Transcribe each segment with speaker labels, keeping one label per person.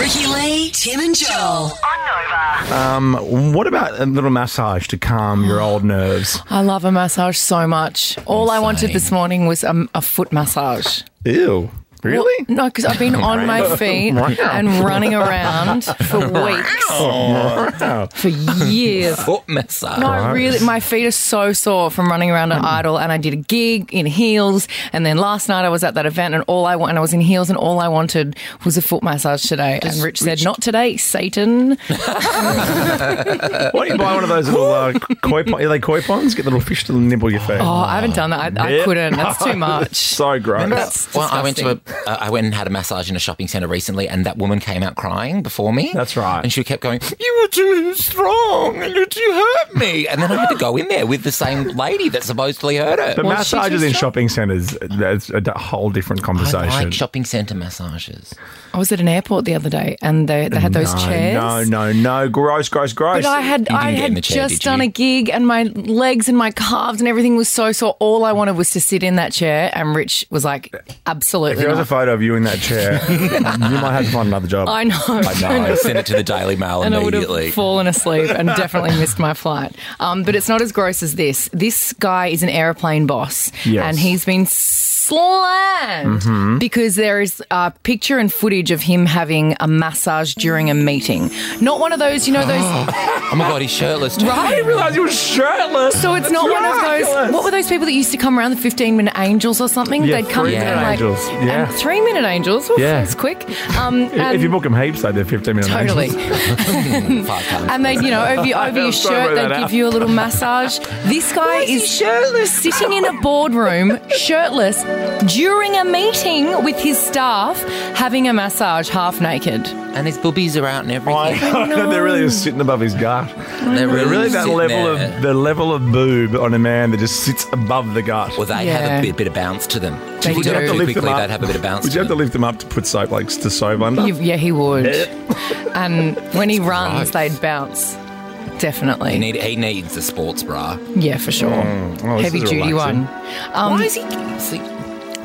Speaker 1: Jackie, Tim, and Joel.
Speaker 2: Um, what about a little massage to calm your old nerves?
Speaker 3: I love a massage so much. All I wanted this morning was um, a foot massage.
Speaker 2: Ew. Really?
Speaker 3: Well, no, because I've been on my feet and running around for weeks,
Speaker 2: Wow.
Speaker 3: for years.
Speaker 4: Foot Oh, massage.
Speaker 3: No, I really, my feet are so sore from running around
Speaker 2: Mm.
Speaker 3: at Idol, and I did a gig in heels, and then last night I was at that event, and all I want, and I was in heels, and all I wanted was a foot massage today. and Rich, said, "Not today, Satan."
Speaker 2: Why don't you buy one of those little uh, koi pond? Are they koi ponds? Get little fish to nibble your feet.
Speaker 3: Oh, I haven't done that. I, I
Speaker 2: Yeah.
Speaker 3: couldn't. That's too much.
Speaker 2: So gross.
Speaker 4: Well, I went to a, uh, I went and had a massage in a shopping centre recently, and that woman came out crying before me.
Speaker 2: That's right.
Speaker 4: And she kept going, "You were too strong, and you too hurt me." And then I had to go in there with the same lady that supposedly hurt her.
Speaker 2: But
Speaker 3: Well, she
Speaker 2: massages
Speaker 3: just
Speaker 2: in
Speaker 3: shot-
Speaker 2: shopping centres, that's a d- whole different
Speaker 4: I
Speaker 2: conversation.
Speaker 4: like shopping centre massages.
Speaker 3: I was at an airport the other day, and they, they had those
Speaker 2: no,
Speaker 3: chairs.
Speaker 2: no, no, no. Gross, gross, gross.
Speaker 3: But I had I
Speaker 4: get in the
Speaker 3: had
Speaker 4: chair,
Speaker 3: just
Speaker 4: did you?
Speaker 3: done a gig and my legs and my calves and everything was so sore. All I wanted was to sit in that chair and Rich was like,
Speaker 2: if
Speaker 3: absolutely.
Speaker 2: there was
Speaker 3: not.
Speaker 2: a photo of you in that chair, you might have to find another job.
Speaker 3: I know.
Speaker 4: I know. I sent it to the Daily Mail
Speaker 3: And I would
Speaker 4: immediately.
Speaker 3: have fallen asleep and definitely missed my flight. Um, but it's not as gross as this. This guy is an airplane boss,
Speaker 2: Yes.
Speaker 3: and he's been slammed
Speaker 4: Mm-hmm.
Speaker 3: because there is a picture and footage of him having a massage during a meeting. Not one of those, you know, those
Speaker 4: oh my god, he's shirtless. Too.
Speaker 2: I didn't realise you were shirtless.
Speaker 3: So it's not one of those. What were those people that used to come around the fifteen minute angels or something?
Speaker 2: Yeah,
Speaker 3: They'd come in
Speaker 4: three-minute
Speaker 3: and like
Speaker 2: angels. Yeah.
Speaker 3: and three minute angels. Oof,
Speaker 2: Yeah.
Speaker 3: that's quick. Um, and
Speaker 2: If you book them heaps, though, they're 15 minutes.
Speaker 3: totally.
Speaker 4: Five times.
Speaker 3: And they, would you know, over your, over your
Speaker 2: was trying to
Speaker 3: shirt,
Speaker 2: work that
Speaker 3: they'd
Speaker 2: out.
Speaker 3: give you a little massage. This guy is, shirtless, sitting in a boardroom, shirtless, during a meeting with his staff, having a massage, half naked.
Speaker 4: and his boobies are out and everything.
Speaker 2: I know. They're really just sitting above his gut.
Speaker 4: They're
Speaker 2: They're really that
Speaker 4: sitting
Speaker 2: level
Speaker 4: there.
Speaker 2: of the level of boob on a man that just sits above the gut.
Speaker 4: Well, they have
Speaker 3: Yeah.
Speaker 4: a bit, bit of bounce to them.
Speaker 3: They
Speaker 4: If
Speaker 3: do.
Speaker 4: you do
Speaker 3: Would
Speaker 4: it
Speaker 3: you have to
Speaker 4: too
Speaker 2: lift them
Speaker 4: quickly,
Speaker 2: up?
Speaker 4: they'd have a bit of bounce.
Speaker 2: Would you
Speaker 4: to
Speaker 2: have to
Speaker 4: them.
Speaker 2: lift them up to put soap like to soap under?
Speaker 3: You- yeah, he would. And when he runs, they'd bounce.
Speaker 4: He,
Speaker 3: Definitely.
Speaker 4: need, he needs a sports bra.
Speaker 3: Yeah, for sure.
Speaker 2: Oh, this
Speaker 3: Heavy
Speaker 2: is
Speaker 3: duty
Speaker 2: relaxing.
Speaker 3: one. Um,
Speaker 4: Why is he? See,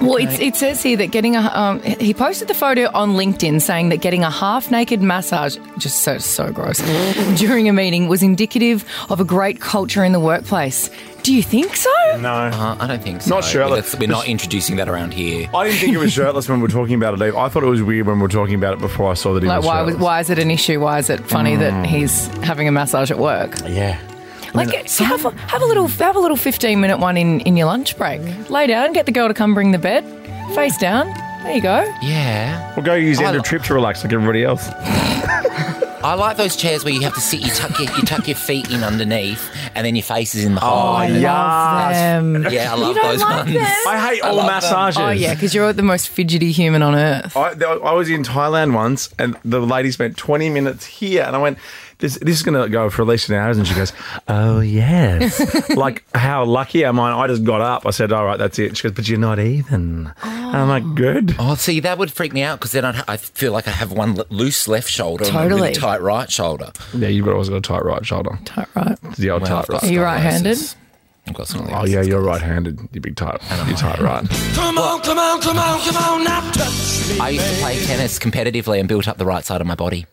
Speaker 3: well, it's, it says here that getting a um, he posted the photo on LinkedIn saying that getting a half naked massage just so so gross during a meeting was indicative of a great culture in the workplace. Do you think so?
Speaker 2: No.
Speaker 4: Uh, I don't think so.
Speaker 2: Not Sherlock.
Speaker 4: That's- We're not introducing that around here.
Speaker 2: I didn't think it was shirtless when we were talking about it. Dave. I thought it was weird when we were talking about it before I saw that he
Speaker 3: Like,
Speaker 2: was
Speaker 3: why was,
Speaker 2: shirtless.
Speaker 3: why is it an issue? Why is it funny that he's having a massage at work?
Speaker 2: Yeah.
Speaker 3: Like, have a, have a little have a little fifteen minute one in in your lunch break. Lay down, get the girl to come bring the bed, face down. There you go.
Speaker 4: Yeah.
Speaker 2: We'll go use
Speaker 4: I
Speaker 2: end of
Speaker 4: li-
Speaker 2: trip to relax like everybody else.
Speaker 4: I like those chairs where you have to sit, you tuck your, you tuck your feet in underneath, and then your face is in the
Speaker 2: Oh,
Speaker 4: hole.
Speaker 2: I
Speaker 4: And then-
Speaker 2: yes.
Speaker 3: Um,
Speaker 4: Yeah, I love
Speaker 3: don't
Speaker 4: those
Speaker 3: like
Speaker 4: ones.
Speaker 3: them.
Speaker 2: I hate all massages.
Speaker 3: Oh yeah, because you're the most fidgety human on earth.
Speaker 2: I, th- I was in Thailand once, and the lady spent 20 minutes here, and I went, "This, this is going to go for at least an hour." And she goes, "Oh yes." like, how lucky am I? I just got up. I said, "All right, that's it." She goes, "But you're not even." And I'm like, "Good."
Speaker 4: Oh, see, that would freak me out because then I'd ha- I feel like I have one l- loose left shoulder and a
Speaker 3: Totally.
Speaker 4: really tight right shoulder.
Speaker 2: Yeah, you've always got a tight right shoulder.
Speaker 3: Tight right.
Speaker 2: The old
Speaker 4: Well,
Speaker 2: tight
Speaker 4: I've got
Speaker 2: right.
Speaker 3: Are you right-handed?
Speaker 4: scoliosis. I've got scoliosis.
Speaker 2: Oh yeah, you're right-handed. You big tight. You tight right.
Speaker 5: Come on, come on, come on, come on, now touch me.
Speaker 4: I used to play tennis competitively and built up the right side of my body.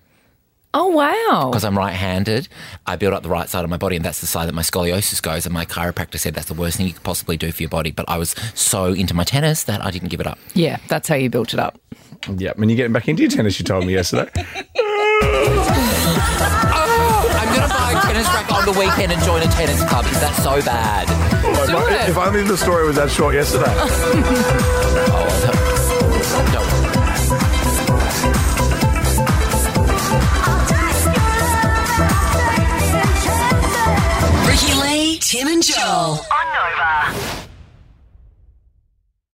Speaker 3: Oh wow.
Speaker 4: Because I'm right handed, I build up the right side of my body, and that's the side that my scoliosis goes. And my chiropractor said that's the worst thing you could possibly do for your body. But I was so into my tennis that I didn't give it up.
Speaker 3: Yeah, that's how you built it up.
Speaker 2: Yeah, when you're getting back into your tennis, you told me yesterday.
Speaker 4: I'm going to buy a tennis racket on the weekend and join a tennis club. Is that so bad?
Speaker 3: it.
Speaker 2: if only the story was that short yesterday.
Speaker 4: Oh,
Speaker 1: Ricky Lee, Tim, and Joel.
Speaker 6: On Nova.